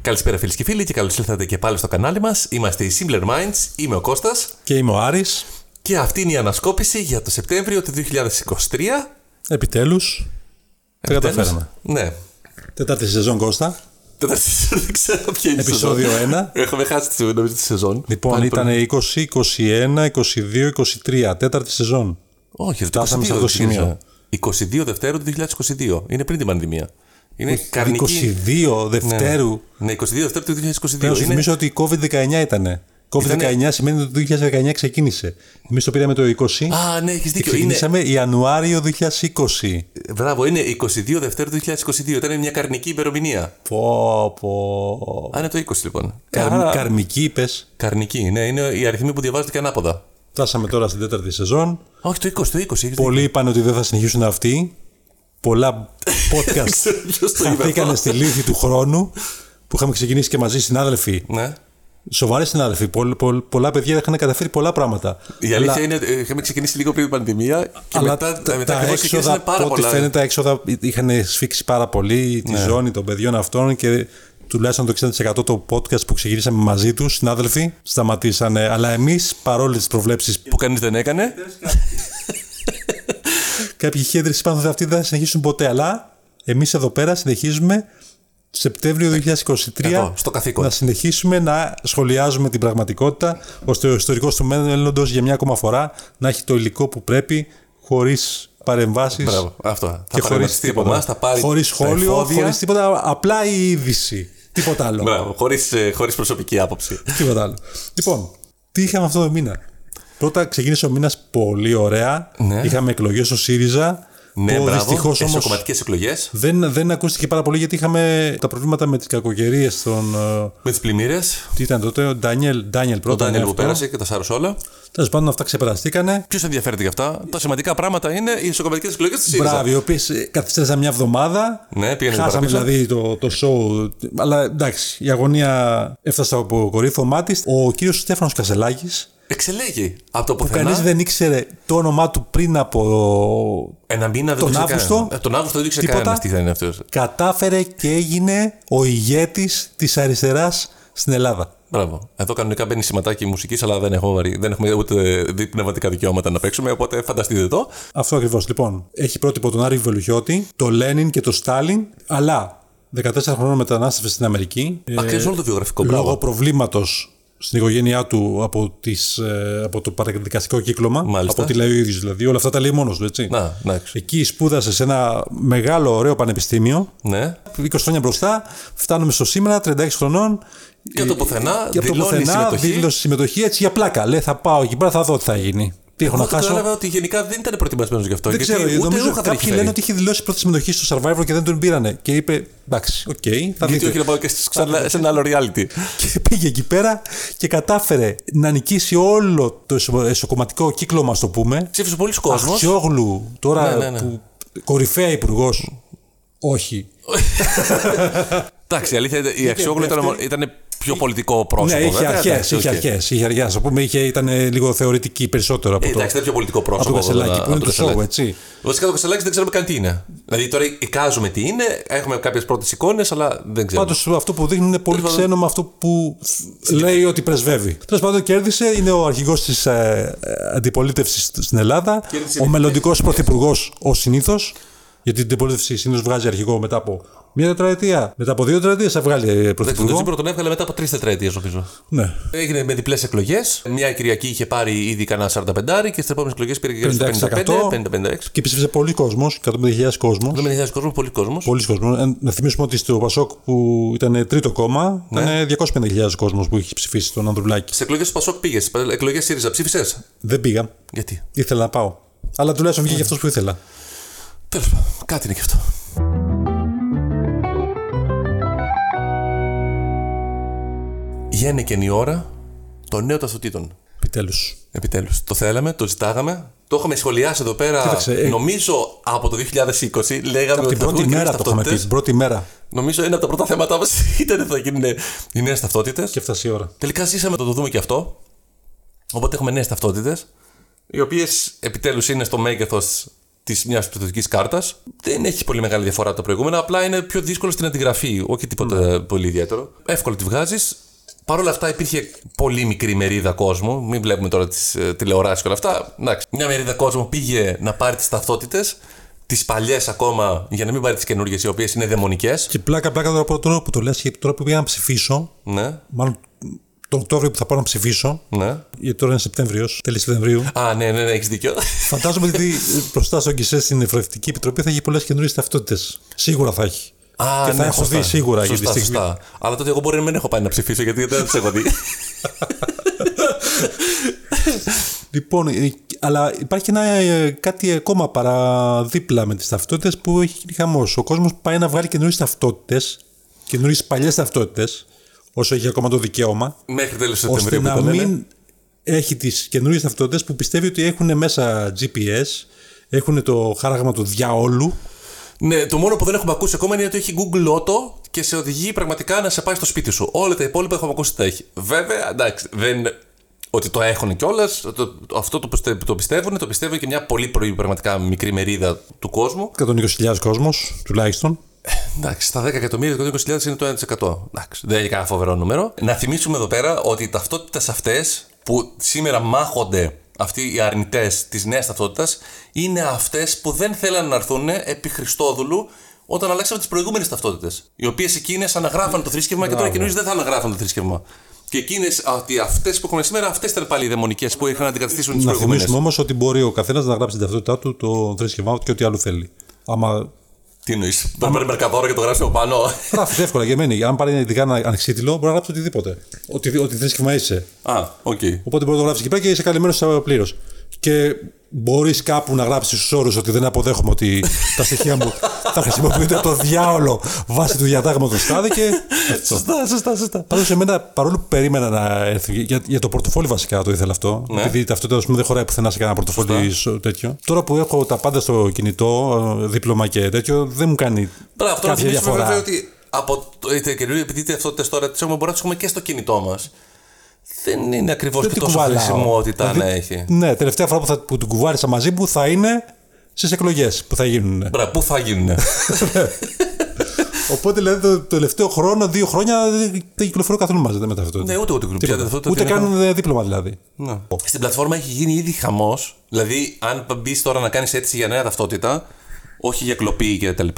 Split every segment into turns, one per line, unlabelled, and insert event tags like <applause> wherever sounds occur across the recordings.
Καλησπέρα φίλες και φίλοι και καλώς ήλθατε και πάλι στο κανάλι μας. Είμαστε οι Simpler Minds, είμαι ο Κώστας
Και είμαι ο Άρης.
και αυτή είναι η ανασκόπηση για το Σεπτέμβριο του 2023.
Επιτέλους, Ε, τα καταφέραμε.
Ναι.
Τέταρτη σεζόν, Κώστα.
Τέταρτη σεζόν, <laughs> δεν ξέρω ποια είναι η σεζόν.
Επεισόδιο ένα.
Έχουμε χάσει τη, νομίζω, τη σεζόν.
Λοιπόν,
Πάλι
ήταν
πρέπει-
20, 21, 22, 23. Τέταρτη σεζόν.
Όχι, το
φτάσαμε
22
σε αυτό το
δεν
σημείο.
ξέρω. 22 Δευτέρου του 2022. Είναι πριν την πανδημία. Είναι καρνική.
22 Δευτέρου.
Ναι, 22 Δευτέρου του 2022.
Πρέπει να σου
Είναι
θυμίσω ότι η COVID-19 ήταν. COVID-19 σημαίνει ότι το 2019 ξεκίνησε. Εμείς το πήραμε το 20.
Α, ναι, έχεις δίκιο. Είναι...
Ξεκινήσαμε Ιανουάριο 2020.
Μπράβο, είναι 22 Δευτέρου του 2022. Ήταν μια καρνική ημερομηνία.
Πω, πω.
Α, είναι το 20 λοιπόν.
Καρμ-
Άρα-
Καρμική, είπες.
Καρνική, ναι, είναι οι αριθμοί που διαβάζονται και ανάποδα.
Φτάσαμε τώρα στην τέταρτη σεζόν.
Όχι, το 20, το 20. έχεις
Πολλοί είπαν ότι δεν θα συνεχίσουν αυτοί.
<laughs>
Πολλά podcast
δίκιο. <laughs> Ποιος το είπε
χαθήκανε
αυτό.
στη λύθη του χρόνου που είχαμε ξεκινήσει και μαζί συνάδελφοι.
Ναι.
Σοβαροί συνάδελφοι. Πολλ, πολλ- πολλά παιδιά είχαν καταφέρει πολλά πράγματα.
Η αλήθεια είναι ότι ε, είχαμε ξεκινήσει λίγο πριν την πανδημία και
αλλά
μετά,
τα,
μετά
τα
ακριβώς
έξοδα,
ξεκίνησαν πάρα
από ό,τι
πολλά. Ναι.
φαίνεται, τα έξοδα είχαν σφίξει πάρα πολύ τη ζώνη των παιδιών αυτών και τουλάχιστον το 60% των podcast που ξεκινήσαμε μαζί τους, συνάδελφοι, σταματήσανε. Αλλά εμείς, παρόλες τις προβλέψεις,
Που κανείς δεν έκανε.
Κάποιοι χέντρε είπαν ότι αυτοί δεν θα συνεχίσουν ποτέ, αλλά εμείς εδώ πέρα συνεχίζουμε Σεπτέμβριο 2023
Ναι. Εδώ, στο καθήκον.
να συνεχίσουμε να σχολιάζουμε την πραγματικότητα, ώστε ο ιστορικός του μέλλοντος για μια ακόμα φορά να έχει το υλικό που πρέπει, χωρίς παρεμβάσεις
Μπράβο, αυτό.
και
θα
χωρίς
παρεμβαστεί από εμά, θα πάρει.
Χωρίς
τα
σχόλιο,
εφόδια.
χωρίς τίποτα. Απλά η είδηση. Τίποτα άλλο.
Μπράβο, χωρίς, ε, χωρίς προσωπική άποψη.
τίποτα άλλο. Λοιπόν, τι είχαμε αυτό το μήνα. Πρώτα ξεκίνησε ο μήνας πολύ ωραία.
Ναι.
Είχαμε εκλογές στο ΣΥΡΙΖΑ.
Ναι,
που
μπράβο.
δυστυχώς όμω
Εσωκομματικέ εκλογές
Δεν, δεν ακούστηκε πάρα πολύ γιατί είχαμε τα προβλήματα με τις κακοκαιρίες των. ε,
με τις πλημμύρες.
Τι ήταν τότε, ο Ντάνιελ, Ντάνιελ
Ο
πρώτα.
Ντάνιελ
ναι,
που
αυτό.
πέρασε και τα σάρωσόλα.
Τέλος πάντων, αυτά ξεπεραστήκανε.
Ποιος ενδιαφέρεται για αυτά. Τα σημαντικά πράγματα είναι οι εσωκομματικέ εκλογέ τη ΣΥΡΙΖΑ.
Μπράβο, οι οποίες καθυστέρησαν μια εβδομάδα.
Ναι, πήγαινε
Χάσαμε
παραπίσω.
δηλαδή το, το show. Αλλά εντάξει, η αγωνία έφτασε από κορύφωμά της. Ο κύριος Στέφανος Κασελάκης,
Εξελέγει από το πουθενά.
κανείς δεν ήξερε το όνομά του πριν από.
Ένα μήνα δεν
Τον
το ήξερε
Αύγουστο.
κανένας. Ε, Τον Αύγουστο δεν το ήξερε
Τίποτα.
κανένα τι θα είναι αυτός.
Κατάφερε και έγινε ο ηγέτης της αριστεράς στην Ελλάδα.
Μπράβο. Εδώ κανονικά μπαίνει σηματάκι μουσικής, αλλά δεν, έχω, βαρύ- δεν έχουμε ούτε δι- πνευματικά δικαιώματα να παίξουμε, οπότε φανταστείτε το.
Αυτό ακριβώς. Λοιπόν, έχει πρότυπο τον Άρη Βελουχιώτη, τον Λένιν και τον Στάλιν, αλλά 14 χρόνων μετανάστευε στην Αμερική. ε,
Ακριβώ όλο το βιογραφικό. Μπράβο.
λόγω προβλήματος στην οικογένειά του από, τις, ε, από το παραδικαστικό κύκλωμα.
Μάλιστα.
Από ό,τι λέει ο ίδιος δηλαδή. Όλα αυτά τα λέει μόνος του, έτσι.
Να, εντάξει.
Εκεί σπούδασε σε ένα μεγάλο ωραίο πανεπιστήμιο.
Ναι.
20 χρόνια μπροστά, φτάνουμε στο σήμερα, 36 χρονών.
Και από το πουθενά
Ε, Και από το
δηλώνει
πουθενά
συμμετοχή.
δήλωσε συμμετοχή έτσι για πλάκα. Λέει, θα πάω εκεί πέρα, θα δω τι θα γίνει. Τι έχω
Εγώ
να
το
χάσω.
κατάλαβα ότι γενικά δεν ήταν προετοιμασμένος γι' αυτό.
Δεν
γιατί
ξέρω,
ούτε
νομίζω
ρούχα
ότι
δεν
κάποιοι
έχει φέρει.
λένε ότι είχε δηλώσει πρώτη συμμετοχή στο Survivor και δεν τον πήρανε. Και είπε, εντάξει, οκ, θα
Γιατί
δείτε.
όχι να πάω και στις- ξανά σε ένα άλλο reality.
Και πήγε εκεί πέρα και κατάφερε να νικήσει όλο το εσω- εσωκομματικό κύκλωμα, α το πούμε.
Ψήφισε πολλοί κόσμο.
Αχτιόγλου, τώρα
Ναι, ναι, ναι.
που κορυφαία υπουργός. Όχι.
Εντάξει, η αλήθεια είναι- η Αξιόγλου ήταν, ήταν πιο πολιτικό πρόσωπο.
Ναι, είχε
βέβαια,
αρχές.
εντάξει,
Είχε
οκ.
αρχές. Είχε αρχές. Ας πούμε, είχε, ήταν ε, λίγο θεωρητική περισσότερο από
Ε,
το.
Εντάξει, ήταν πιο πολιτικό
από
πρόσωπο.
το Κασελάκη,
βέβαια,
που είναι
από
το
τον Κασελάκη.
show, έτσι.
Βασικά το Κασελάκη δεν ξέρουμε καν τι είναι. Δηλαδή τώρα εικάζουμε τι είναι, έχουμε κάποιες πρώτες εικόνες, αλλά δεν ξέρουμε.
Πάντως αυτό που δείχνει είναι πολύ ξένο με αυτό που λέει ότι πρεσβεύει. Τέλος πάντων, κέρδισε, είναι ο αρχηγός της αντιπολίτευση ε, στην Ελλάδα,
Κέρδισε
ο
με
μελλοντικό πρωθυπουργό ω συνήθω. Γιατί την αντιπολίτευση συνήθω βγάζει αρχηγό μετά από μία τετραετία. Μετά από δύο τετραετίες θα βγάλει ε,
Εντάξει, τον
πρωθυπουργό.
Τσίπρα τον έβγαλε μετά από τρεις τετραετίες, νομίζω.
Ναι.
Έγινε με διπλές εκλογές. Μια Κυριακή είχε πάρει ήδη κανένα 45 και στις επόμενες εκλογές πήρε και γύρω στο
56%.
55-56.
Και ψήφισε πολλοί κόσμο, 150.000 κόσμο.
Δεν με κόσμος, πολύ κόσμος.
Πολλοί κόσμος. Ε, Να θυμίσουμε ότι στο Πασόκ που ήταν τρίτο κόμμα,
Ναι.
ήταν 250.000 κόσμος που είχε ψηφίσει τον Ανδρουλάκη.
Στις εκλογές του Πασόκ πήγες. Εκλογές ΣΥΡΙΖΑ ψήφισες.
Δεν πήγα.
Γιατί.
Ήθελα να πάω. Αλλά τουλάχιστον
Ναι.
βγήκε αυτός που ήθελα.
Τέλος πάντων, κάτι είναι και αυτό. Γένεκεν η ώρα των νέων ταυτοτήτων.
Επιτέλους.
Επιτέλους. Το θέλαμε, το ζητάγαμε. Το είχαμε σχολιάσει εδώ πέρα.
Κοίταξε, ε,
νομίζω από το 2020 λέγαμε
Από
ότι
την
θα
πρώτη
βγουν νέε
μέρα το είχαμε πει.
ταυτότητε.
Την πρώτη μέρα.
Νομίζω ένα από τα πρώτα θέματα μας <laughs> ήταν ότι θα γίνουν οι νέες ταυτότητες.
Και φτάσει η ώρα.
Τελικά ζήσαμε να το δούμε και αυτό. Οπότε έχουμε νέες ταυτότητες, οι οποίες επιτέλους είναι στο μέγεθος της μιας πιστοτική κάρτας. Δεν έχει πολύ μεγάλη διαφορά από τα προηγούμενα, απλά είναι πιο δύσκολο στην αντιγραφή. Όχι τίποτα πολύ ιδιαίτερο. Εύκολα τη βγάζεις. Παρ' όλα αυτά υπήρχε πολύ μικρή μερίδα κόσμου. Μην βλέπουμε τώρα τις ε, τηλεοράσεις και όλα αυτά. Εντάξει, μια μερίδα κόσμου πήγε να πάρει τις ταυτότητες, τις παλιές ακόμα, για να μην πάρει τις καινούργιες, οι οποίες είναι δαιμονικές.
Και πλάκα, πλάκα τώρα που, τώρα που το λες, τώρα που πήγα να ψηφίσω,
Ναι,
μάλλον τον Οκτώβριο που θα πάω να ψηφίσω,
ναι.
γιατί τώρα είναι Σεπτέμβριος, τέλη Σεπτεμβρίου.
Α, ναι, ναι, ναι έχεις δίκιο.
Φαντάζομαι ότι μπροστά στον Κισέ στην Ευρωευτική Επιτροπή θα έχει πολλές καινούριε ταυτότητες. Σίγουρα θα έχει.
Α,
και θα
ναι,
έχω
σωστά.
δει σίγουρα για τη
σωστά,
στιγμή.
σωστά. Αλλά τότε εγώ μπορεί να μην έχω πάει να ψηφίσω γιατί δεν τις έχω
<laughs>
δει.
Λοιπόν, ε, αλλά υπάρχει ένα, ε, κάτι ακόμα παραδίπλα με τις ταυτότητες που έχει γίνει χαμός. Ο κόσμος πάει να βγάλει καινούριες ταυτότητες, καινούριες παλιές ταυτότητες, όσο έχει ακόμα το δικαίωμα,
Μέχρι τέλος
ώστε
Σεπτεμβρίου που
να
το λένε.
μην έχει τις καινούριες ταυτότητες που πιστεύει ότι έχουν μέσα GPS, έχουν το χάραγμα του διαόλου.
Ναι, το μόνο που δεν έχουμε ακούσει ακόμα είναι ότι έχει Google Auto και σε οδηγεί πραγματικά να σε πάει στο σπίτι σου. Όλα τα υπόλοιπα έχουμε ακούσει ότι τα έχει. Βέβαια, εντάξει, δεν είναι ότι το έχουν κιόλας. Αυτό το, πιστε- το πιστεύουν, το πιστεύει και μια πολύ πρωί, πραγματικά μικρή μερίδα του κόσμου.
120.000 κόσμος, τουλάχιστον.
Εντάξει, στα 10 εκατομμύρια, 120.000 είναι το 1%. Εντάξει, δεν είναι κανένα φοβερό νούμερο. Να θυμίσουμε εδώ πέρα ότι οι ταυτότητες αυτές που σήμερα μάχονται αυτοί οι αρνητές της νέας ταυτότητας είναι αυτές που δεν θέλαν να έρθουν επί Χριστόδουλου όταν αλλάξαμε τις προηγούμενες ταυτότητες. Οι οποίες εκείνε αναγράφαν το θρήσκευμα και τώρα οι καινούριε δεν θα αναγράφουν το θρήσκευμα. Και εκείνες, ότι αυτές που έχουμε σήμερα, αυτές ήταν πάλι οι δαιμονικές που είχαν αντικαταστήσουν τις
Να
προηγούμενες.
θυμίσουμε όμως ότι μπορεί ο καθένας να γράψει την ταυτότητά του, το θρησκευμά του και ό,τι άλλο θέλει. Άμα
Τι εννοείς, να παίρνει μερκαδόρο και το γράψει από πάνω.
γράφει εύκολα για μένα, αν πάρει ειδικά ένα ανεξίτηλο, μπορεί να γράψει οτιδήποτε. Ότι, ότι θρησκευμα είσαι.
Α, οκ.
Οπότε μπορεί να το γράψεις εκεί πέρα και είσαι καλυμμένος πλήρως. Και μπορείς κάπου να γράψεις στους όρους ότι δεν αποδέχομαι ότι τα στοιχεία μου θα χρησιμοποιούνται από το διάολο βάσει του διατάγματος στάδη και.
Σωστά, σωστά, σωστά.
Πάντω, εμένα, παρόλο που περίμενα να έρθει. Για, για το πορτοφόλι, βασικά το ήθελα αυτό.
Ναι.
Επειδή ταυτότητα ας πούμε, δεν χωράει πουθενά σε κανένα πορτοφόλι σο- τέτοιο. Τώρα που έχω τα πάντα στο κινητό, ε, δίπλωμα και τέτοιο, δεν μου κάνει
Μπράβο, τώρα
κάποια
θυμίσουμε
διαφορά.
βέβαια ότι από το- είτε καινούργιο επειδή τι ταυτότητες τώρα τις έχουμε, μπορεί να τις έχουμε και στο κινητό μας. Δεν είναι ακριβώς και
την
τόσο
κουβαλάω.
χρησιμότητα να
Δηλαδή,
έχει.
Ναι, τελευταία φορά που, θα, που την κουβάρισα μαζί μου θα είναι στις εκλογές που θα γίνουν.
Μπράβο, πού θα
<laughs>
γίνουνε.
Ναι. Οπότε δηλαδή το, το τελευταίο χρόνο, δύο χρόνια δεν δεν κυκλοφορώ καθόλου μαζί με αυτό.
ναι, ούτε ούτε
Τίποτα.
κουμπιά.
Ούτε καν ε, δίπλωμα δηλαδή.
Στην πλατφόρμα έχει γίνει ήδη χαμός. Δηλαδή, αν μπεις τώρα να κάνεις αίτηση για νέα ταυτότητα, όχι για κλοπή κτλ.,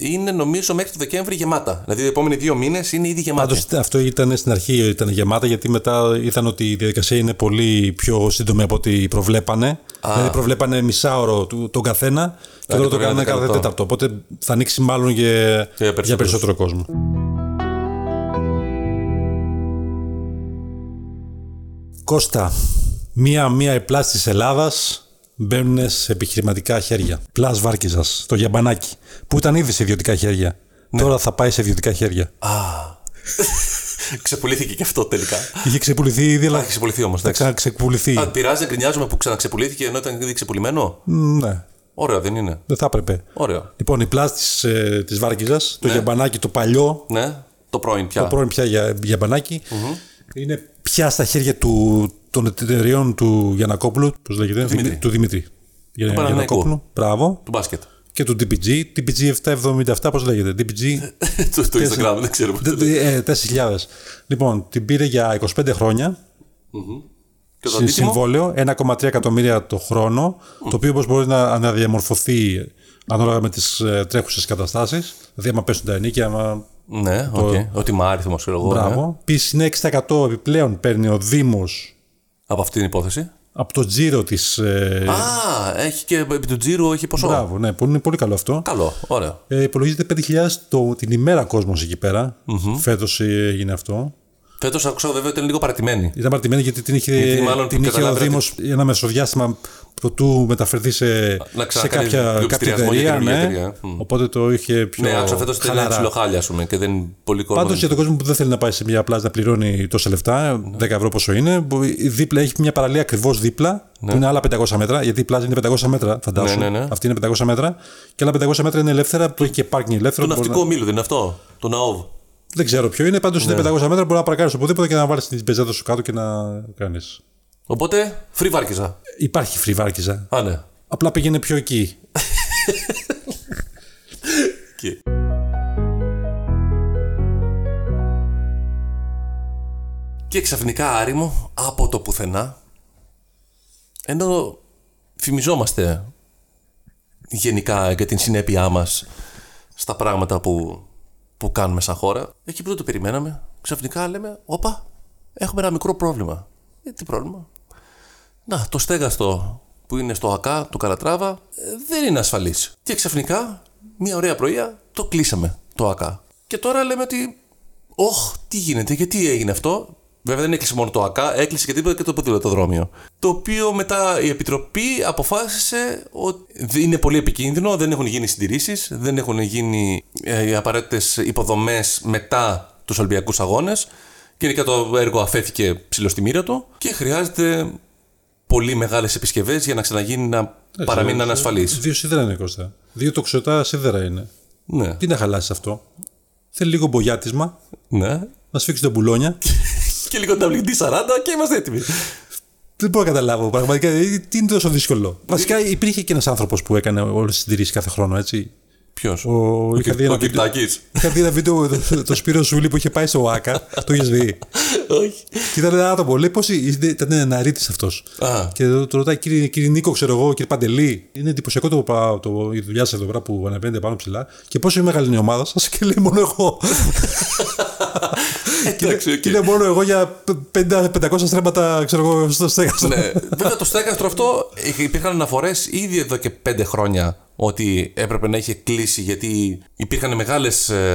είναι νομίζω μέχρι το Δεκέμβρη γεμάτα. Δηλαδή, οι επόμενοι δύο μήνες είναι ήδη γεμάτα.
Πάντως αυτό ήταν στην αρχή ήταν γεμάτα γιατί μετά είδαν ότι η διαδικασία είναι πολύ πιο σύντομη από ό,τι προβλέπανε. Δηλαδή προβλέπανε μισάωρο του, τον καθένα και τώρα
το
το κάνανε
κάνανε
κάθε
κρατό.
τέταρτο. Οπότε θα ανοίξει μάλλον για,
για
για
περισσότερους.
περισσότερο κόσμο. Κώστα, μία-μία οι πλάς της Ελλάδας μπαίνουν σε επιχειρηματικά χέρια. Πλάς Βάρκιζας, το γιαμπανάκι, που ήταν ήδη σε ιδιωτικά χέρια. Τώρα θα πάει σε ιδιωτικά χέρια.
Ξεπουλήθηκε και αυτό
<laughs>
τελικά.
Είχε ξεπουληθεί ήδη, αλλά
Έχει ξεπουληθεί όμως.
θα ξαναξεκπουληθεί.
Αν πειράζει να γκρινιάζουμε που ξαναξεπουλήθηκε ενώ ήταν ήδη ξεπουλημένο.
Ναι,
Ωραίο, δεν είναι.
δεν θα έπρεπε.
Ωραίο.
Λοιπόν, η πλάστη της, ε, της Βάρκιζας, το γιαμπανάκι το παλιό,
Ναι, το πρώην πια.
πρώην πια για, γιαμπανάκι, είναι πια στα χέρια του, των εταιρεών του Γιανακόπουλου, πώς λέγεται, του Δημήτρη. Του
Παναθηναϊκού.
Μπράβο.
Του μπάσκετ. <laughs>
Και του DPG, DPG 777, πώς λέγεται, DPG
το, το Instagram, δεν ξέρω πώς.
Ε, δε- δε- ε, 4.000. Λοιπόν, την πήρε για 25 χρόνια,
Και το
συν
αντίτιμο.
συμβόλαιο, 1,3 εκατομμύρια το χρόνο, το οποίο όπως μπορεί να αναδιαμορφωθεί ανάλογα με τις ε, τρέχουσες καταστάσεις, δηλαδή άμα πέσουν τα ενίκια, άμα...
Ναι, οκ. Ότι είμαι άριθμο, ξέρω εγώ. ναι.
Μπράβο. Επίσης είναι 6% επιπλέον παίρνει ο Δήμος
Από αυτή την υπόθεση.
από το τζίρο της... ε,
Α, έχει και επί του τζίρου έχει ποσό.
Μπράβο, ναι, που είναι πολύ καλό αυτό.
Καλό, ωραίο.
Ε, υπολογίζεται 5.000 το, την ημέρα κόσμος εκεί πέρα. Φέτος ε, έγινε αυτό.
Φέτος άκουσα βέβαια ότι είναι λίγο παρατημένη.
Ήταν παρατημένη γιατί την είχε,
Γιατί μάλλον
την είχε ο
καταλάβαινε
Δήμος ένα μεσοδιάστημα προτού μεταφερθεί σε,
Να
σε
ξανακάνει
κάποια, κάποια
πλουτιστηριασμό για
εταιρεία.
καινούργια
Ναι.
εταιρεία. Μμ.
Οπότε το είχε πιο.
Ναι, άκουσα φέτος ότι είναι
χαλαρά.
ψιλοχάλια, ας πούμε, και δεν πολύ κόσμο.
Πάντω
δεν-
για τον κόσμο που δεν θέλει να πάει σε μια πλάζα να πληρώνει τόσα λεφτά, 10 ευρώ πόσο είναι, μπο- δίπλα έχει μια παραλία ακριβώς δίπλα, που είναι άλλα 500 μέτρα, γιατί η πλάζα είναι 500 μέτρα, φαντάσου.
Ναι, ναι, ναι.
Αυτή είναι 500 μέτρα, και άλλα 500 μέτρα είναι ελεύθερα, που έχει και πάρκινγκ ελεύθερο.
Το
μπορεί να-
ναυτικό Ναι. μήλο δεν είναι αυτό. Το ΝΑΟΒ.
Δεν ξέρω ποιο είναι, πάντως είναι 500 μέτρα, μπορεί να παρακάρεις οπουδήποτε και να βάλεις την πεζέτα σου κάτω και να κάνεις.
Οπότε, φρυβάρκιζα.
Υπάρχει φριβάρκιζα.
Α, ναι.
Απλά πήγαινε πιο εκεί.
Και- Και ξαφνικά άριμο από το πουθενά ενώ φημιζόμαστε γενικά για την συνέπειά μας στα πράγματα που, που κάνουμε σαν χώρα εκεί που δεν το περιμέναμε ξαφνικά λέμε όπα έχουμε ένα μικρό πρόβλημα ε, τι πρόβλημα να, το στέγαστο που είναι στο ΑΚΑ, του Καλατράβα, ε, δεν είναι ασφαλής. Και ξαφνικά, μια ωραία πρωία, το κλείσαμε το ΑΚΑ. Και τώρα λέμε ότι, Ωχ, τι γίνεται, γιατί έγινε αυτό. Βέβαια δεν έκλεισε μόνο το ΑΚΑ, έκλεισε και τίποτα και το ποδηλατοδρόμιο. Το οποίο μετά η Επιτροπή αποφάσισε ότι δεν είναι πολύ επικίνδυνο, δεν έχουν γίνει συντηρήσεις, δεν έχουν γίνει ε, οι απαραίτητες υποδομές μετά τους Ολυμπιακούς Αγώνες. Γενικά το έργο αφέθηκε ψηλό στη μοίρα του και χρειάζεται πολύ μεγάλες επισκευές για να ξαναγίνει να
Ε,
παραμείνει ανασφαλής.
Δύο σίδερα είναι Κώστα. Δύο τοξιωτά σίδερα είναι.
Ναι.
Τι να χαλάσει αυτό. Θέλει λίγο μπογιάτισμα,
ναι.
να σφίξει τον μπουλόνια.
Και λίγο WD-40 και είμαστε έτοιμοι.
Δεν μπορώ να καταλάβω πραγματικά. ε, Τι είναι τόσο δύσκολο. Βασικά υπήρχε και ένας άνθρωπος που έκανε όλες τις συντηρήσεις κάθε χρόνο, έτσι.
Ποιος?
Ο, είχα, δει
Ο
ένα βίντεο,
Κυπτάκης.
είχα δει ένα βίντεο το, το Σπύρο Σούλη που είχε πάει στο ΟΑΚΑ, το είχες δει.
Όχι.
Και ήταν ένα άτομο, λέει πώς είναι- ήταν ένα ρήτη αυτός.
Α.
Και το, το ρωτάει, κύριε, κύριε Νίκο, ξέρω εγώ, κύριε Παντελή, είναι εντυπωσιακό το, πα- το, η δουλειά σας εδώ πέρα που αναπαίνετε πάνω ψηλά. Και πόσο μεγάλη είναι η ομάδα σας, και λέει μόνο εγώ. και, είναι-
Εντάξει, οκ.
και είναι μόνο εγώ για 500, 500 στρέμματα, ξέρω εγώ, στο στέγαστο.
ναι. Βέβαια το στέγαστρο αυτό ε, υπήρχαν αναφορές ήδη εδώ και πέντε χρόνια ότι έπρεπε να είχε κλείσει γιατί υπήρχαν μεγάλες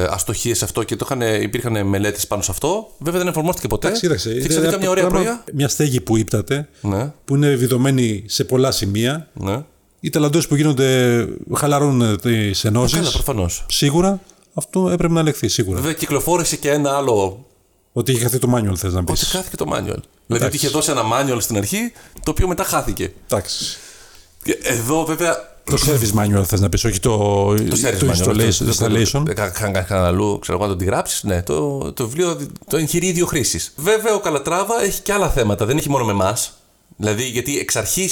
αστοχίες σε αυτό και το είχαν- υπήρχαν μελέτες πάνω σε αυτό. Βέβαια δεν εφαρμόστηκε ποτέ.
Κοίταξε,
και
είναι
ξαφνικά
ένα
μια ωραία
πράγμα-
πρωία.
Μια στέγη που ύπταται,
Ναι,
που είναι βιδωμένη σε πολλά σημεία.
ναι.
Οι ταλαντώσει που γίνονται χαλαρώνουν τις ενώσεις.
Ε, Καλά, προφανώς.
Σίγουρα αυτό έπρεπε να ελεγχθεί, σίγουρα.
Βέβαια κυκλοφόρησε και ένα άλλο
Ότι είχε χαθεί το manual, θες να πεις.
Ότι χάθηκε το manual. Δηλαδή ότι είχε δώσει ένα manual στην αρχή, το οποίο μετά χάθηκε.
Εντάξει.
Και Εδώ βέβαια.
Το service manual θες να πεις, όχι Ε, το,
Το service manual,
installation.
το- το-
installation.
το- Ε, κα- κα- κα- Κανένα αλλού, ξέρω εγώ, να το αντιγράψει. Ναι, το, το βιβλίο, το εγχειρίδιο χρήση. Βέβαια, ο Καλατράβα έχει και άλλα θέματα, δεν έχει μόνο με εμά. Δηλαδή, γιατί εξ αρχή,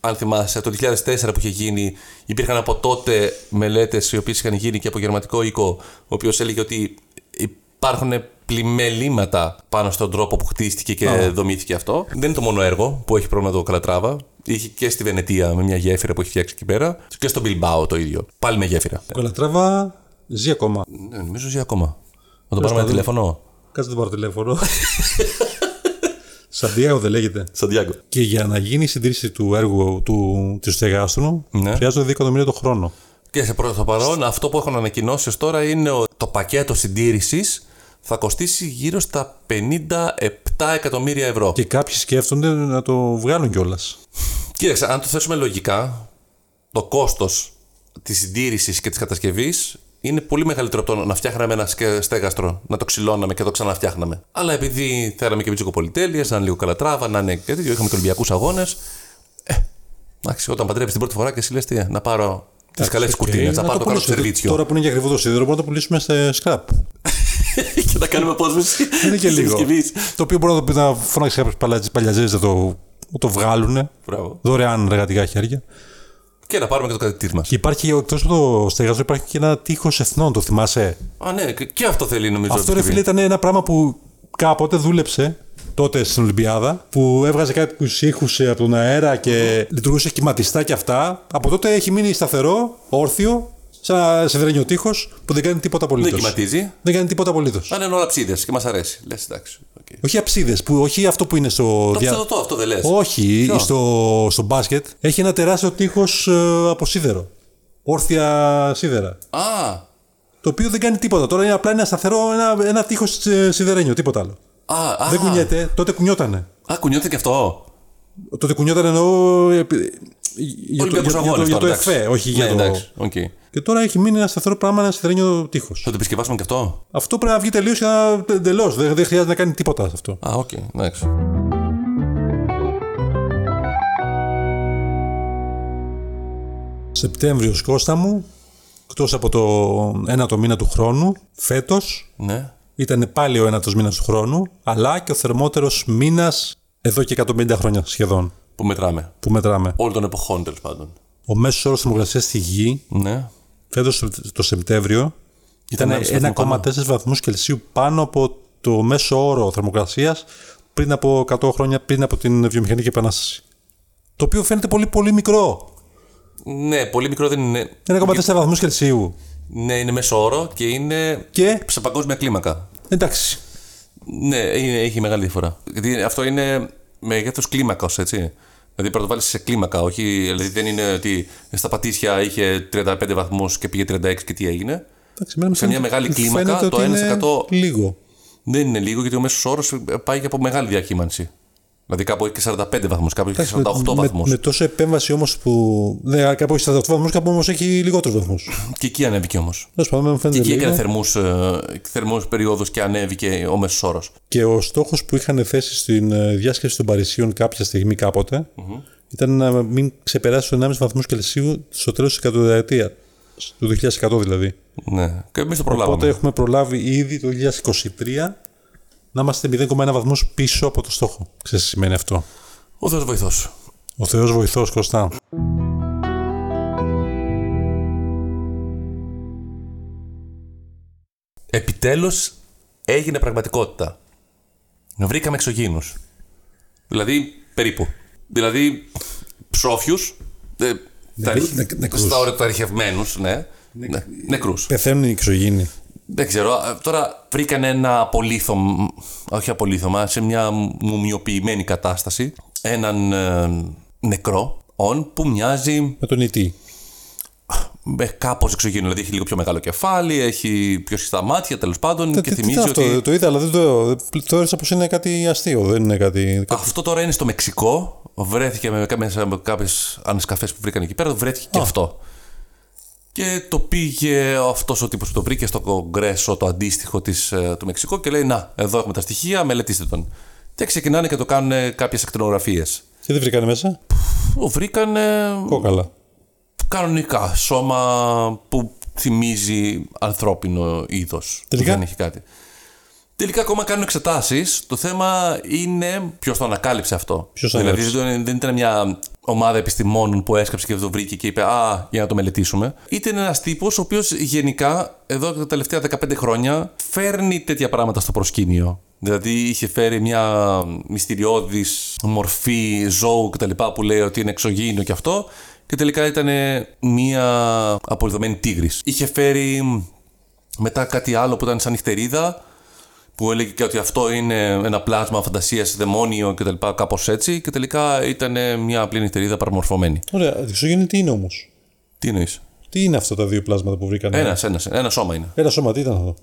αν θυμάσαι, το 2004 που είχε γίνει, υπήρχαν από τότε μελέτε οι οποίε είχαν γίνει και από γερματικό οίκο, ο οποίο έλεγε ότι υπάρχουν πλημελήματα πάνω στον τρόπο που χτίστηκε και δομήθηκε αυτό. Δεν είναι το μόνο έργο που έχει πρόβλημα το Καλατράβα. Είχε και στη Βενετία με μια γέφυρα που έχει φτιάξει εκεί πέρα. Και στο Μπιλμπάο το ίδιο. Πάλι με γέφυρα.
Ο Καλατράβα ζει ακόμα.
Ναι, νομίζω ζει ακόμα. Να τον πάρουμε ένα τηλέφωνο.
Κάτσε δεν πάρω
<laughs>
τηλέφωνο. Σαντιάγο δεν λέγεται.
Σαντιάγκο.
Και για να γίνει η συντήρηση του έργου του, του στεγάστρου,
Ναι.
χρειάζονται 2 εκατομμύρια το χρόνο.
Και σε προ- το παρόν, αυτό που έχουν ανακοινώσει ως τώρα είναι ότι το πακέτο συντήρησης θα κοστίσει γύρω στα 57 εκατομμύρια ευρώ.
Και κάποιοι σκέφτονται να το βγάλουν κιόλας.
Κοίταξε, αν το θέσουμε λογικά, το κόστος της συντήρησης και της κατασκευής είναι πολύ μεγαλύτερο από το να φτιάχναμε ένα σκε- στέγαστρο, να το ξυλώναμε και το ξαναφτιάχναμε. Αλλά επειδή θέλαμε και μπιτσικο πολυτέλειε, να είναι λίγο καλατράβα, να είναι και τέτοιο, είχαμε και Ολυμπιακούς αγώνες. Ε, εντάξει, όταν παντρεύει την πρώτη φορά και εσύ λες, τι, να πάρω τις καλές
οκ,
κουτίνες, να
να
πάρω το
το
καλό
πουλήσουμε.
σερβίτσιο
Τώρα που είναι και ακριβό το σίδερο, μπορούμε να το πουλήσουμε σε σκραπ.
<laughs> και να κάνουμε απόσβεση.
Είναι και
της
λίγο.
συσκευής.
το οποίο μπορεί να το πει να φωνάξεις κάποιες παλιατζέ να το, να το βγάλουν.
Μπράβο.
Δωρεάν εργατικά χέρια.
Και να πάρουμε και το κατητήρι μας.
Και υπάρχει, εκτός από το στεγαστό, υπάρχει και ένα τείχος εθνών, το θυμάσαι.
Α, ναι, και- και αυτό θέλει νομίζω.
Αυτό ρε
επειδή-
φίλε ήταν ένα πράγμα που κάποτε δούλεψε τότε στην Ολυμπιάδα, που έβγαζε κάποιους ήχους από τον αέρα και λειτουργούσε κυματιστά και αυτά. Από τότε έχει μείνει σταθερό, όρθιο, σαν ένα σιδερένιο τείχος που δεν κάνει τίποτα
Δεν
απολύτω.
Ναι, κυματίζει.
Δεν κάνει τίποτα απολύτως.
Αν είναι όλα ψίδες και μας αρέσει. Λες εντάξει. οκ.
Όχι αψίδες, όχι αυτό που είναι στο
Το
δια-
ψευδωτό αυτό δεν λες.
Όχι,
Ποιο?
στο, στο μπάσκετ έχει ένα τεράστιο τείχος από σίδερο. Όρθια σίδερα.
Α,
Το οποίο δεν κάνει τίποτα. Τώρα είναι απλά ένα σταθερό, ένα, ένα τείχος σιδερένιο, τίποτα άλλο.
α, α,
Δεν κουνιέται, τότε κουνιότανε.
Α, κουνιέται και αυτό.
Τότε κουνιότανε εννοώ. επί- Για το, για,
Ολυμπιακός
το- για,
αγώνες
το, για το
τώρα, εντάξει.
εφέ, όχι για
ναι,
το.
εντάξει, οκ.
Και τώρα έχει μείνει ένα σταθερό πράγμα, ένα σιδερένιο τείχος.
Θα το επισκευάσουμε και αυτό.
Αυτό πρέπει να βγει τελείως και να. εντελώς. Δεν, δεν χρειάζεται να κάνει τίποτα σε αυτό.
Α, οκ, εντάξει.
Σεπτέμβριος Κώστα μου, εκτός από το ένατο μήνα του χρόνου, φέτος
Ναι.
ήταν πάλι ο ένατος μήνας του χρόνου, αλλά και ο θερμότερος μήνας εδώ και 150 χρόνια σχεδόν
Που μετράμε.
που μετράμε.
Όλων των εποχών τέλος πάντων.
ο μέσος όρος θερμοκρασίας στη γη
Ναι.
φέτος το Σεπτέμβριο ήταν
ένα βαθμό
1,4 βαθμούς Κελσίου πάνω από το μέσο όρο θερμοκρασίας πριν από 100 χρόνια πριν από την βιομηχανική επανάσταση. Το οποίο φαίνεται πολύ πολύ μικρό.
Ναι, πολύ μικρό δεν είναι.
1,4 βαθμούς Κελσίου.
Ναι, είναι μέσο όρο και είναι
Και
σε παγκόσμια κλίμακα.
εντάξει.
Ναι, είναι, έχει μεγάλη διαφορά. Γιατί αυτό είναι μεγέθο κλίμακα, έτσι. Δηλαδή πρέπει να το βάλει σε κλίμακα. Όχι, δηλαδή δεν είναι ότι στα πατήσια είχε 35 βαθμούς και πήγε 36 και τι έγινε.
εντάξει εμένα μου
Σε μια
φαίνεται-
μεγάλη
μου
κλίμακα,
φαίνεται
το
ότι είναι
1%
Λίγο.
Δεν είναι λίγο γιατί ο μέσος όρος πάει και από μεγάλη διακύμανση. Δηλαδή κάπου έχει και 45 βαθμούς, κάπου έχει και 48
με,
βαθμού.
με, με τόσο επέμβαση όμως που. Ναι, κάπου έχει 48 βαθμούς, κάπου όμως έχει λιγότερους βαθμούς.
Και εκεί ανέβηκε όμως.
Τέλος πάντων, μου φαίνεται
Εκεί
λίγο.
έκανε θερμούς θερμούς περιόδου και ανέβηκε ο μέσος όρος.
Και ο στόχος που είχαν θέσει στην ε, διάσκεψη των Παρισίων κάποια στιγμή κάποτε, ήταν να μην ξεπεράσει του 1,5 βαθμούς Κελσίου στο τέλος της εκατονταετία. Του 2100 δηλαδή.
Ναι, και εμείς το προλάβαμε.
Οπότε έχουμε προλάβει ήδη το 2023 να είμαστε 0,1 βαθμούς πίσω από το στόχο. Ξέρεις τι σημαίνει αυτό.
Ο Θεός βοηθός.
Ο Θεός βοηθός Κωστά.
Επιτέλους έγινε πραγματικότητα. Βρήκαμε εξωγήνους. Δηλαδή, περίπου. Δηλαδή, ψόφιους. Ε, τα,
Νεκρούς. Νεκ- νεκρούς.
στα όρια του αριχευμένου, ναι. ναι. Νεκρούς.
Πεθαίνουν οι εξωγήινοι.
Δεν ξέρω. ε, Τώρα βρήκαν ένα απολύθωμα, όχι απολύθωμα, σε μια μουμιοποιημένη κατάσταση. Έναν ε, νεκρό, ον, που μοιάζει
Με τον E Ιτή.
με κάπως εξωγήινο. Δηλαδή έχει λίγο πιο μεγάλο κεφάλι, έχει πιο στα μάτια τέλος πάντων. και
Τι- τι
θυμίζει
ήταν αυτό,
ότι.
Το είδα, αλλά δεν το. Θεώρησα πως είναι κάτι αστείο. Δεν είναι κάτι.
Αυτό τώρα είναι στο Μεξικό. Βρέθηκε με κάποιες ανασκαφές που βρήκαν εκεί πέρα. Βρέθηκε και αυτό. Και το πήγε αυτός ο τύπος που το βρήκε στο κογκρέσο το αντίστοιχο της, ε, του Μεξικό και λέει: Να, εδώ έχουμε τα στοιχεία, μελετήστε τον. Και ξεκινάνε και το κάνουν κάποιε ακτινογραφίε.
Και δεν βρήκανε μέσα.
Το βρήκανε
Κόκαλα.
κανονικά σώμα που θυμίζει ανθρώπινο είδος.
Τελικά?
Δεν έχει κάτι. Τελικά ακόμα κάνουν εξετάσεις. Το θέμα είναι ποιος το ανακάλυψε αυτό.
Ποιος το
δηλαδή δεν, δεν ήταν μια ομάδα επιστημόνων που έσκαψε και το βρήκε και είπε Α, για να το μελετήσουμε. Ήταν ένας τύπος ο οποίος γενικά εδώ και τα τελευταία 15 χρόνια φέρνει τέτοια πράγματα στο προσκήνιο. Δηλαδή είχε φέρει μια μυστηριώδης μορφή ζώου κτλ. που λέει ότι είναι εξωγήινο και αυτό. Και τελικά ήταν μια απολυδωμένη τίγρης. Είχε φέρει μετά κάτι άλλο που ήταν σαν νυχτερίδα, που έλεγε και ότι αυτό είναι ένα πλάσμα φαντασίας, δαιμόνιο κτλ. Κάπως έτσι. Και τελικά ήταν ε, μια απλή νυχτερίδα παραμορφωμένη.
Ωραία, εξωγήινοι τι είναι όμως.
Τι εννοείς.
Τι είναι αυτά τα δύο πλάσματα που βρήκανε.
Ένας, ένας, ένα σώμα είναι.
Ένα σώμα, τι ήταν αυτό.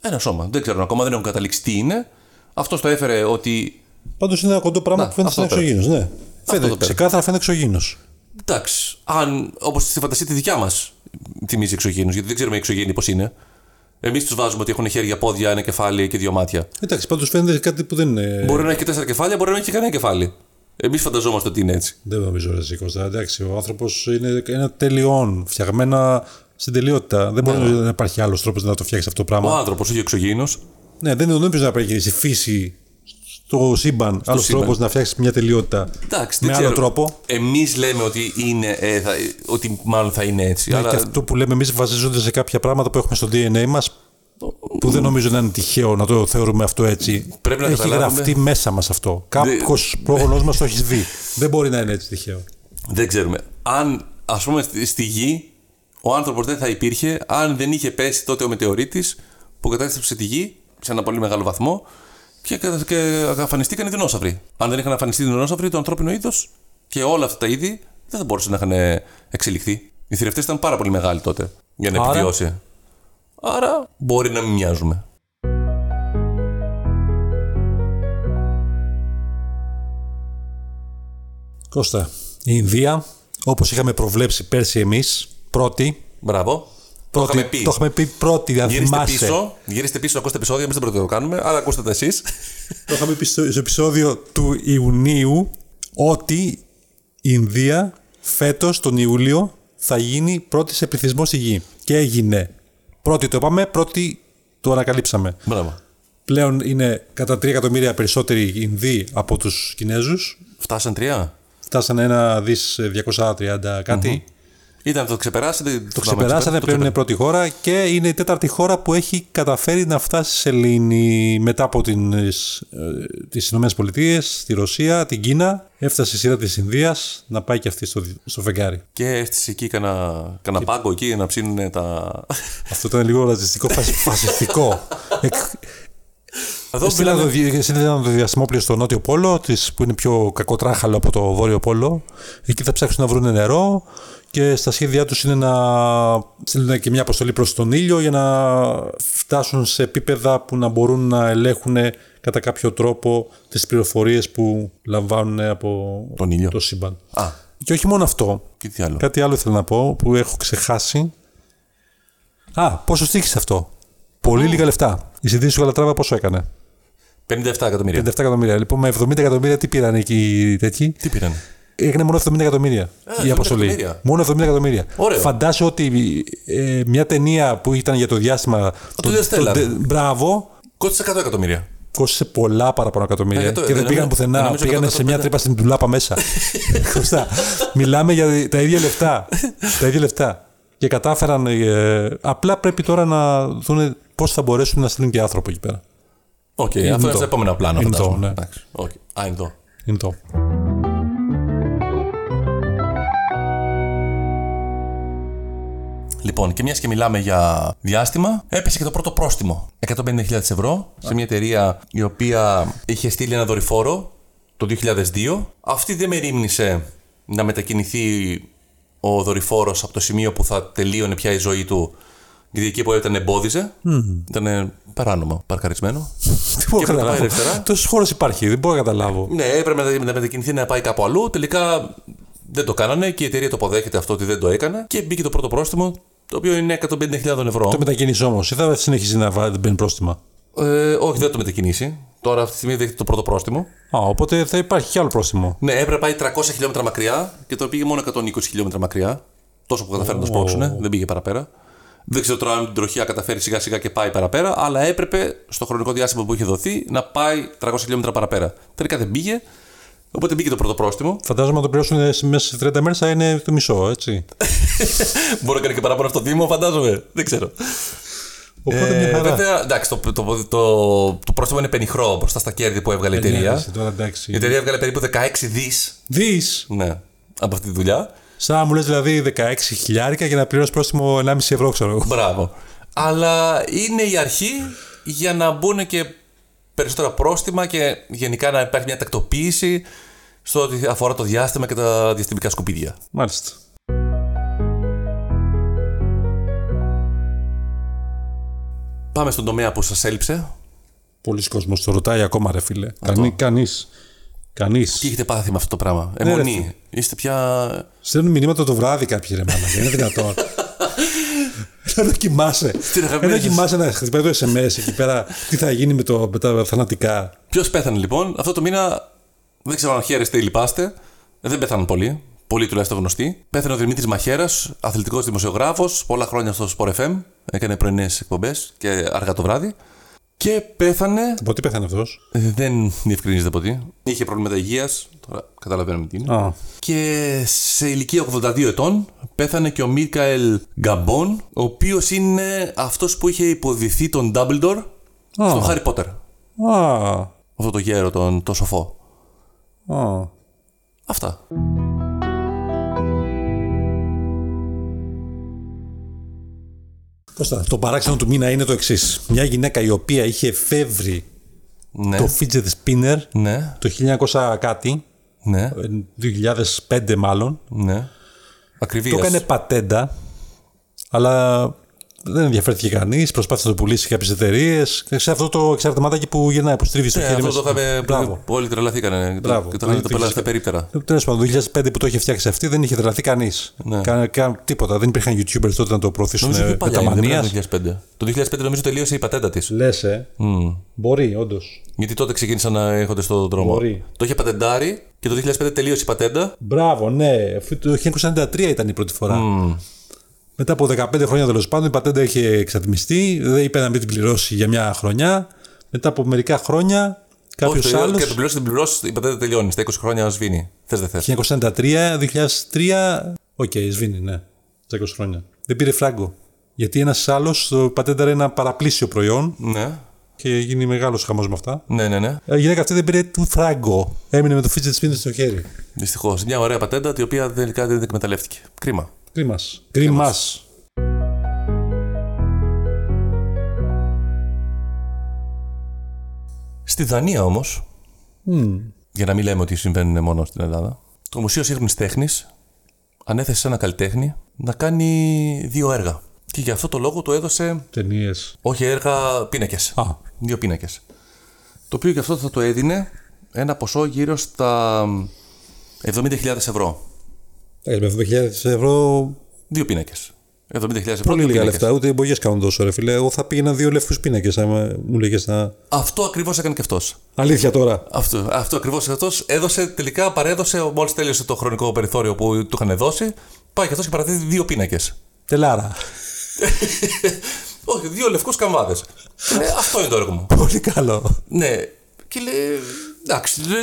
Ένα σώμα. Δεν ξέρουν ακόμα, δεν έχουν καταλήξει τι είναι. Αυτός το έφερε ότι.
Πάντως είναι ένα κοντό πράγμα
Να,
που φαίνεται σαν
αυτό το
εξωγήινος. Ναι.
το
Φαίνεται,
πέρα.
ξεκάθαρα φαίνεται εξωγήινος.
Εντάξει, αν όπως στη φαντασία τη δικιά μας θυμίζει εξωγήινου, γιατί δεν ξέρουμε οι εξωγήινοι πώς είναι. Εμείς τους βάζουμε ότι έχουν χέρια, πόδια, ένα κεφάλι και δύο μάτια.
Εντάξει, πάντως φαίνεται κάτι που δεν είναι.
Μπορεί να έχει και τέσσερα κεφάλια, μπορεί να έχει και κανένα κεφάλι. Εμείς φανταζόμαστε ότι είναι έτσι.
Δεν νομίζω ρε εσύ, Κώστα. Εντάξει, ο άνθρωπος είναι ένα τελειόν, φτιαγμένα στην τελειότητα. Δεν μπορεί
Ναι.
να υπάρχει άλλος τρόπος να το φτιάξεις αυτό το πράγμα.
Ο άνθρωπος, όχι ο εξωγήινος.
Ναι, δεν νομίζω να υπάρχει στη φύση, στο σύμπαν, άλλος
σύμπαν.
τρόπος να φτιάξεις μια τελειότητα.
Εντάξει,
με
δεν
άλλο
ξέρω.
τρόπο.
Εμείς λέμε ότι είναι. ε, θα- ότι μάλλον θα είναι έτσι.
Ναι,
αλλά
Και αυτό που λέμε εμείς βασίζονται σε κάποια πράγματα που έχουμε στο DNA μας. Που δεν νομίζω να είναι τυχαίο να το θεωρούμε αυτό έτσι.
Πρέπει να
έχει
καταλάβουμε-
γραφτεί μέσα μας αυτό. Κάποιος πρόγονός μας το έχει δει. Δεν μπορεί να είναι έτσι τυχαίο.
δεν ξέρουμε. Αν ας πούμε στη, στη γη, ο άνθρωπος δεν θα υπήρχε αν δεν είχε πέσει τότε ο μετεωρίτης που κατέστρεψε τη γη σε ένα πολύ μεγάλο βαθμό και, κατα- και αφανιστήκαν οι δεινόσαυροι. Αν δεν είχαν αφανιστεί οι δεινόσαυροι, το ανθρώπινο είδος και όλα αυτά τα είδη δεν θα μπορούσαν να είχαν ε, εξελιχθεί. Οι θηρευτές ήταν πάρα πολύ μεγάλοι τότε για να
Άρα?
επιβιώσει. Άρα μπορεί να μην μοιάζουμε.
Κώστα, η Ινδία, όπως είχαμε προβλέψει πέρσι εμείς, πρώτη.
Μπράβο. Το
πρώτη-
είχαμε πει.
Το είχαμε πει πρώτη, αν
Γυρίστε
θυμάσαι.
πίσω, γυρίστε πίσω, ακούστε επεισόδια, εμείς δεν πρέπει να το κάνουμε, αλλά ακούστε τα εσείς.
Το είχαμε πει στο, στο επεισόδιο του Ιουνίου ότι η Ινδία φέτος τον Ιούλιο θα γίνει πρώτη σε πληθυσμό στη γη. Και έγινε. Πρώτη το είπαμε, πρώτη το ανακαλύψαμε.
<laughs> Μπράβο.
Πλέον είναι κατά 3 εκατομμύρια περισσότεροι Ινδοί από τους Κινέζους.
Φτάσαν τρία.
Φτάσανε ένα δις 230 κατι
Ήταν να το ξεπεράσετε.
Το ξεπεράσανε πλέον είναι πρώτη χώρα και είναι η τέταρτη χώρα που έχει καταφέρει να φτάσει σε Σελήνη μετά από την, ε, τις Ηνωμένες Πολιτείες, τη Ρωσία, την Κίνα. Έφτασε η σειρά της Ινδίας να πάει και αυτή στο, στο φεγγάρι.
Και έφτιαξε εκεί κανένα κανα πάγκο εκεί να ψήνουν <laughs> τα.
Αυτό ήταν λίγο ρατσιστικό, φασι- φασιστικό. Εκ-
Εδώ
Στην
μιλάμε-
ε, το διασημόπλαιο στο νότιο πόλο, της, που είναι πιο κακοτράχαλο από το βόρειο πόλο. Εκεί θα ψάξουν να βρουν νερό και στα σχέδιά τους είναι να στείλουν και μια αποστολή προς τον ήλιο για να φτάσουν σε επίπεδα που να μπορούν να ελέγχουν κατά κάποιο τρόπο τις πληροφορίες που λαμβάνουν από
Τον ήλιο.
το σύμπαν.
Α,
Και όχι μόνο αυτό,
και τι άλλο.
Κάτι άλλο ήθελα να πω που έχω ξεχάσει. Α, πόσο στήχησε αυτό. Πολύ λίγα λεφτά. Η συνδύση του Καλατράβα πόσο έκανε.
57 εκατομμύρια.
57 εκατομμύρια. Λοιπόν, με 70 εκατομμύρια τι πήραν εκεί οι τέτοιοι.
Τι πήραν.
Έγινε μόνο 70 εκατομμύρια η
70
αποστολή.
Ε, εκατομμύρια.
Μόνο 70 εκατομμύρια.
Ωραίο.
Φαντάσου ότι ε, μια ταινία που ήταν για το διάστημα.
Interstellar.
ντε- μπράβο,
Κόστησε 100 εκατομμύρια.
κόστησε πολλά παραπάνω εκατομμύρια
Ε, το-
και δεν
δεν
πήγαν
νομίζω-
πουθενά.
νομίζω
Πήγανε σε μια
150.
τρύπα στην τουλάπα
<laughs>
μέσα. Κωστά. Μιλάμε για τα ίδια λεφτά. τα ίδια λεφτά. Και κατάφεραν. ε, απλά πρέπει τώρα να δουν πώς θα μπορέσουν να στείλουν και άνθρωπο εκεί πέρα.
Οκ, αυτό
το.
είναι στο επόμενο πλάνο.
Είναι το,
φαντάζομαι.
ναι.
Εντάξει, οκ. Α, είναι το.
Είναι το.
Λοιπόν, και μιας και μιλάμε για διάστημα, έπεσε και το πρώτο πρόστιμο. 150.000 ευρώ σε μια εταιρεία η οποία είχε στείλει ένα δορυφόρο το 2002. Αυτή δεν μερίμνησε να μετακινηθεί ο δορυφόρος από το σημείο που θα τελείωνε πια η ζωή του, γιατί εκεί που ήταν εμπόδιζε. Ήταν παράνομο, παρκαρισμένο.
Τι μπορώ
Και
να
που πάει
καταλάβω.
αριστερά.
Τόσος χώρο υπάρχει, δεν μπορώ να καταλάβω.
Ναι, έπρεπε να, να μετακινηθεί να πάει κάπου αλλού. Τελικά δεν το κάνανε και η εταιρεία το αποδέχεται αυτό ότι δεν το έκανε και μπήκε το πρώτο πρόστιμο, το οποίο είναι 150.000 ευρώ.
Το μετακινήσει όμως ή θα συνεχίσει να βά- μπαίνει πρόστιμα.
Ε, όχι, δεν το μετακινήσει. Τώρα αυτή τη στιγμή δέχεται το πρώτο πρόστιμο.
Α, οπότε θα υπάρχει κι άλλο πρόστιμο.
Ναι, έπρεπε να πάει 300 χιλιόμετρα μακριά και τώρα πήγε μόνο 120 χιλιόμετρα μακριά. Τόσο που καταφέραν να το σπρώξουν, δεν πήγε παραπέρα. Δεν ξέρω τώρα αν την τροχιά καταφέρει σιγά σιγά και πάει παραπέρα, αλλά έπρεπε στο χρονικό διάστημα που είχε δοθεί να πάει 300 χιλιόμετρα παραπέρα. Τελικά δεν πήγε, οπότε μπήκε το πρώτο πρόστιμο. <laughs>
Φαντάζομαι να το πληρώσουν μέσα σε 30 μέρες θα είναι το μισό, έτσι.
Μπορεί να κάνει και παραπάνω από το Δήμο, φαντάζομαι. Δεν ξέρω.
Οπότε
Ε,
μια χαρά.
βέβαια, εντάξει, το, το, το, το, το πρόστιμο είναι πενιχρό μπροστά στα κέρδη που έβγαλε η εταιρεία.
Εννιάρεσε
Η
τώρα, εντάξει.
εταιρεία έβγαλε περίπου 16 δι
Δεις.
ναι, από αυτή τη δουλειά.
Σαν να μου λες δηλαδή 16 χιλιάρικα για να πληρώσεις πρόστιμο 1,5 ευρώ, ξέρω εγώ.
Μπράβο. Αλλά είναι η αρχή για να μπουν και περισσότερα πρόστιμα και γενικά να υπάρχει μια τακτοποίηση στο ότι αφορά το διάστημα και τα διαστημικά σκουπίδια.
Μάλιστα.
Πάμε στον τομέα που σας έλειψε.
Πολλοί κόσμος το ρωτάει ακόμα, ρε φίλε. Κανεί, κανείς. Κανείς.
Τι έχετε πάθει με αυτό το πράγμα.
ρε,
Εμονή. Είστε πια.
Στέλνουν μηνύματα το βράδυ κάποιοι ρε μάνα. Είναι
<laughs>
δυνατόν. Δεν δοκιμάσαι. Δεν
αγαπημένη σας.
δοκιμάσαι να χτυπάει το SMS εκεί πέρα. Τι θα γίνει με, το, με τα θανατικά.
Ποιος πέθανε λοιπόν. Αυτό το μήνα δεν ξέρω αν χαίρεστε ή λυπάστε. Δεν πέθαναν πολλοί. Πολλοί τουλάχιστον γνωστοί. Πέθανε ο Δημήτρης Μαχέρα, αθλητικός δημοσιογράφος, πολλά χρόνια στο Sport FM. Έκανε πρωινές εκπομπές και αργά το βράδυ. Και πέθανε.
Από τι πέθανε αυτός.
ε, Δεν διευκρινίζεται από τι. Είχε προβλήματα υγείας. Τώρα καταλαβαίνουμε τι είναι.
Α,
Και σε ηλικία 82 ετών πέθανε και ο Μίκαελ Γκαμπόν, ο οποίος είναι αυτός που είχε υποδηθεί τον Dumbledore
Α.
στο Harry Potter.
α,
Αυτό το γέρο, τον, το σοφό.
α.
Αυτά.
Κώστα, το παράξενο του μήνα είναι το εξής. Μια γυναίκα η οποία είχε φεύγει
Ναι.
το fidget spinner
Ναι,
το 1900 κάτι,
ναι,
ε, 2005 μάλλον,
ναι. Ακριβή.
Το έκανε πατέντα, αλλά δεν ενδιαφέρθηκε κανείς. Προσπάθησε να το πουλήσει κάποιες εταιρείες. Σε αυτό το εξαρτηματάκι που γυρνάει, που στρίβει στο χέρι
Ε, Ναι, αυτό
μέσα.
το είχαμε.
Μπράβο.
Όλοι τρελαθήκανε.
Μπράβο.
Και το λέγανε το
Ναι,
πελάτε
φυσικά.
στα περίπτερα.
Τέλος πάντων, το 2005 που το είχε φτιάξει αυτή δεν είχε τρελαθεί κανείς.
Ναι.
Κα, κα- τίποτα. Δεν υπήρχαν YouTubers τότε να το προωθήσουν
Νομίζω ότι
με
παλιά
τα
είναι, δεν
μανία.
ήταν το 2005. Το 2005 νομίζω τελείωσε η πατέντα της.
Λες, ε. Μπορεί, όντως.
Γιατί τότε ξεκίνησαν να έρχονται στον δρόμο.
Μπορεί.
Το είχε πατεντάρει και το 2005 τελείωσε η πατέντα.
Μπράβο, ναι. Αφού Το 1993 ήταν η πρώτη φορά. Μετά από 15 χρόνια τέλος πάντων η πατέντα είχε εξατμιστεί, δεν είπε να μην την πληρώσει για μια χρονιά. Μετά από μερικά χρόνια
Όχι,
κάποιο
το-
άλλος.
Και την πληρώσει, την πληρώσεις, η πατέντα τελειώνει. Στα 20 χρόνια σβήνει. Θες δεν θες.
1993, 2003. Οκ, σβήνει, ναι. στα 20 χρόνια. Δεν πήρε φράγκο. Γιατί ένας άλλος πατένταρε ένα παραπλήσιο προϊόν
Ναι.
και γίνει μεγάλος χαμός με αυτά.
Ναι, ναι, ναι.
Ε, Η γυναίκα αυτή δεν πήρε του φράγκο. Έμεινε με το fidget spinner στο χέρι.
Δυστυχώς. Μια ωραία πατέντα την οποία τελικά δεν εκμεταλλεύτηκε. Κρίμα.
Κρίμας. Κρίμας.
Στη Δανία όμως, για να μην λέμε ότι συμβαίνουν μόνο στην Ελλάδα, το Μουσείο Σύγχρονη Τέχνης ανέθεσε σε ένα καλλιτέχνη να κάνει δύο έργα. Και γι' αυτό το λόγο του έδωσε
Ταινίες.
όχι έργα, πίνακες.
Α.
Δύο πίνακες. Το οποίο γι' αυτό θα το έδινε ένα ποσό γύρω στα 70.000 ευρώ.
Ε, με 70.000 ευρώ.
Δύο πίνακες. 70.000 ευρώ.
Πολύ
δύο
λίγα
πίνακες.
λεφτά. Ούτε οι εμπογές κάνουν τόσο, ρε φίλε. Εγώ θα πήγαινα δύο λευκού πίνακες, άμα μου λέγες να.
Αυτό ακριβώς έκανε και αυτός.
Αλήθεια τώρα.
Αυτό, αυτό ακριβώς αυτός έδωσε τελικά, παρέδωσε, μόλις τέλειωσε το χρονικό περιθώριο που του είχαν δώσει. Πάει και αυτός και παρατηρεί δύο πίνακες.
<laughs> Τελάρα.
Όχι, δύο λευκούς καμβάδες. αυτό είναι το έργο μου.
Πολύ καλό.
Ναι. Και λέει, εντάξει, λέει,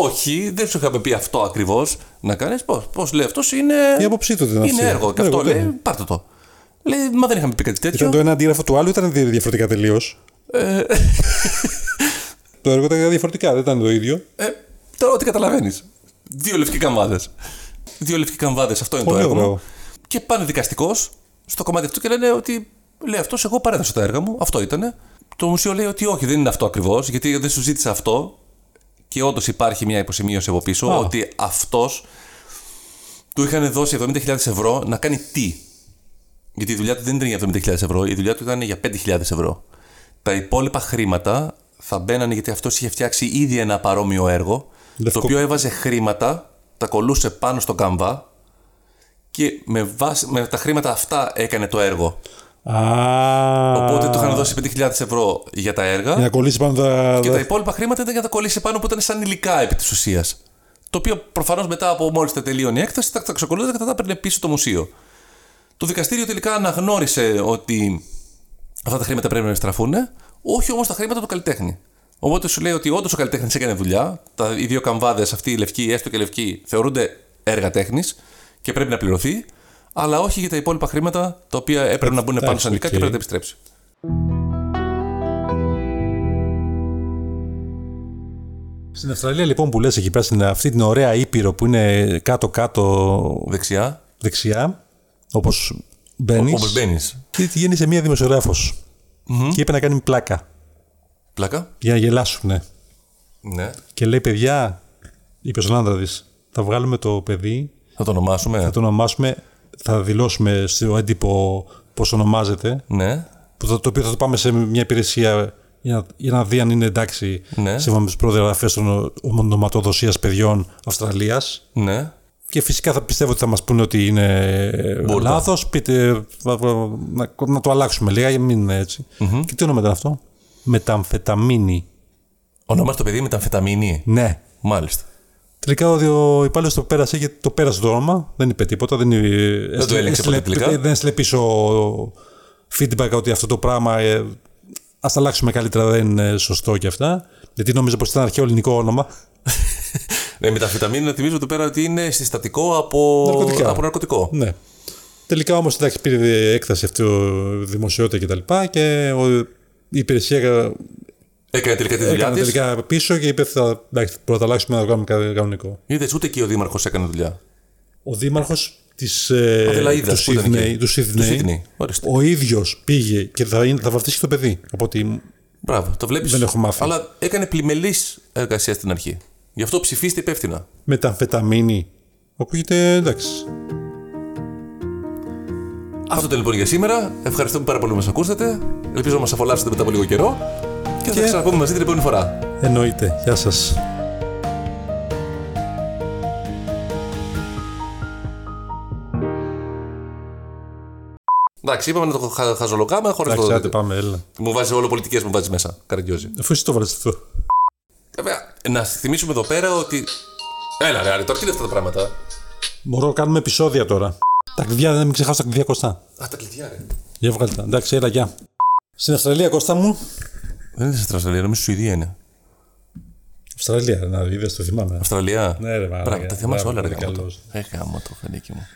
όχι, δεν σου είχαμε πει αυτό ακριβώς να κάνεις. Πώς πώς λέει αυτός, είναι.
Η άποψή του ήταν
Ε, Είναι
αυτή.
έργο. Και
Έργο,
αυτό λέει,
ναι.
πάρτε το. Λέει, μα δεν είχαμε πει κάτι τέτοιο.
Ήταν το ένα αντίγραφο του άλλου, ήταν διαφορετικά τελείως.
Ε,
το έργο ήταν διαφορετικά, δεν ήταν το ίδιο.
Ε, τώρα ό,τι καταλαβαίνεις. Δύο λευκοί καμβάδες. Δύο λευκοί καμβάδες, αυτό είναι
Πολύ
το έργο.
ωραίο.
μου. Και πάνε δικαστικός στο κομμάτι αυτό και λένε ότι. Λέει αυτός, εγώ παρέδωσα τα έργα μου, αυτό ήταν. Το μουσείο λέει ότι όχι, δεν είναι αυτό ακριβώς, γιατί δεν σου ζήτησε αυτό. Και όντως υπάρχει μια υποσημείωση από πίσω
Α.
ότι αυτός του είχαν δώσει 70.000 ευρώ να κάνει τι. Γιατί η δουλειά του δεν ήταν για 70.000 ευρώ, η δουλειά του ήταν για 5.000 ευρώ. Τα υπόλοιπα χρήματα θα μπαίνανε γιατί αυτός είχε φτιάξει ήδη ένα παρόμοιο έργο.
Λευκό.
Το οποίο έβαζε χρήματα, τα κολούσε πάνω στον καμβά και με, βάση, με τα χρήματα αυτά έκανε το έργο.
Α,
Οπότε του είχαν δώσει 5.000 ευρώ για τα έργα
Για να κολλήσει πάνω τα.
και τα υπόλοιπα χρήματα ήταν για να τα κολλήσει πάνω που ήταν σαν υλικά επί της ουσίας. Το οποίο προφανώς μετά από μόλις τα τελείωνε η έκθεση τα ξεκολλούσε και τα έπαιρνε πίσω το μουσείο. Το δικαστήριο τελικά αναγνώρισε ότι αυτά τα χρήματα πρέπει να επιστραφούν, όχι όμως τα χρήματα του καλλιτέχνη. Οπότε σου λέει ότι όντως ο καλλιτέχνης έκανε δουλειά. Τα, οι δύο καμβάδες, αυτή η λευκή, έστω και η λευκή, θεωρούνται έργα τέχνης και πρέπει να πληρωθεί, αλλά όχι για τα υπόλοιπα χρήματα τα οποία έπρεπε να μπουν πάνω
εντάξει,
σαν υλικά και
οκ.
πρέπει να τα επιστρέψει.
Στην Αυστραλία λοιπόν που λες εκεί πέρα, στην αυτή την ωραία ήπειρο που είναι κάτω-κάτω
Δεξιά,
δεξιά, όπως μπαίνεις.
όπως μπαίνεις.
Και τη γέννησε μία δημοσιογράφος. Και είπε να κάνει πλάκα
Πλάκα.
για να γελάσουνε.
Ναι.
Και λέει, παιδιά, είπε στον άντρα τη, θα βγάλουμε το παιδί,
Θα το ονομάσουμε.
θα το ονομάσουμε, θα δηλώσουμε στο έντυπο πώς ονομάζεται,
Ναι.
που θα, το οποίο θα το πάμε σε μια υπηρεσία για να, για να δει αν είναι εντάξει
Ναι.
σύμφωνα με τι προδιαγραφές των ονοματοδοσίας παιδιών Αυστραλίας.
Ναι.
Και φυσικά θα πιστεύω ότι θα μας πούνε ότι είναι
Μπούρδα.
λάθος. Πείτε βα- βα- να, να το αλλάξουμε λίγα, για να μην είναι έτσι. Και τι όνομα ήταν αυτό, Μεταμφεταμίνη.
Ονομάζει το παιδί με τα αμφεταμίνη.
Ναι.
Μάλιστα.
<laughs> Τελικά ο υπάλληλος το πέρασε γιατί το πέρασε το όνομα. Δεν είπε τίποτα. Δεν, δεν
έλεγξε ποτέ τελικά.
Δεν έστειλε πίσω feedback ότι αυτό το πράγμα ε, ας αλλάξουμε καλύτερα, δεν είναι σωστό και αυτά. Γιατί νόμιζα πως ήταν αρχαίο ελληνικό όνομα.
Ναι, με τα αμφεταμίνη να θυμίζω εδώ πέρα ότι είναι συστατικό από
Ναρκωτικά.
Από ναρκωτικό.
ναι. Τελικά όμως εντάξει, πήρε έκταση αυτή η δημοσιότητα κτλ. Και, τα λοιπά και ο- η υπηρεσία
Έκανε τελικά τη δουλειά
έκανε
της.
τελικά πίσω και είπε: θα, εντάξει, πρώτα αλλάξουμε να το κάνουμε κα- κανονικό.
Είδες ούτε εκεί ο Δήμαρχος έκανε δουλειά.
Ο δήμαρχος ε,
Αδελαίδας
του
που ήταν
Σίδνεϊ,
εκεί.
του
Του
Σίδνεϊ,
Σίδνεϊ. Ορίστε.
ο ίδιος πήγε και θα, είναι- θα βαφτίσει και το παιδί. Από ότι
Μπράβο, το βλέπεις.
Δεν έχω μάθει.
Αλλά έκανε πλημελής εργασία στην αρχή. Γι' αυτό ψηφίστε υπεύθυνα.
με τα φεταμίνη. Ακούγεται εντάξει.
Αυτό ήταν λοιπόν για σήμερα. Ευχαριστούμε πάρα πολύ που μας ακούσατε. Ελπίζω να μας απολαύσετε μετά από λίγο καιρό. Και, θα
Και-
ξαναπούμε μαζί την επόμενη φορά.
Εννοείται. Γεια σας.
Εντάξει, είπαμε να το χα- χαζολογάμε χωρίς
Εντάξει, άντε,
το.
πάμε, έλα.
Μου βάζει όλο πολιτικές μου βάζει μέσα. Καραγκιόζη.
Αφού εσύ το βάλες αυτό.
Βέβαια, να θυμίσουμε εδώ πέρα ότι. Έλα, ρε, Άρη, τώρα τι είναι αυτά τα πράγματα.
Μπορώ να κάνουμε επεισόδια τώρα. Τα κλειδιά, να μην ξεχάσω τα κλειδιά Κωστά.
Α, τα κλειδιά, ρε.
Για βγάλε τα. Εντάξει, έλα, γεια. Στην Αυστραλία, Κώστα μου.
Δεν είναι στην Αυστραλίας, νομίζω Σουηδία είναι.
Αυστραλία, να είδες, το θυμάμαι.
Αυστραλία.
Ναι, ρε, μαλάκα.
Πράγμα, τα θυμάσαι
Μπράβο,
όλα, ρε.
πολύ
γάμο το.
καλός.
Ε, γάμο το, φανίκι μου.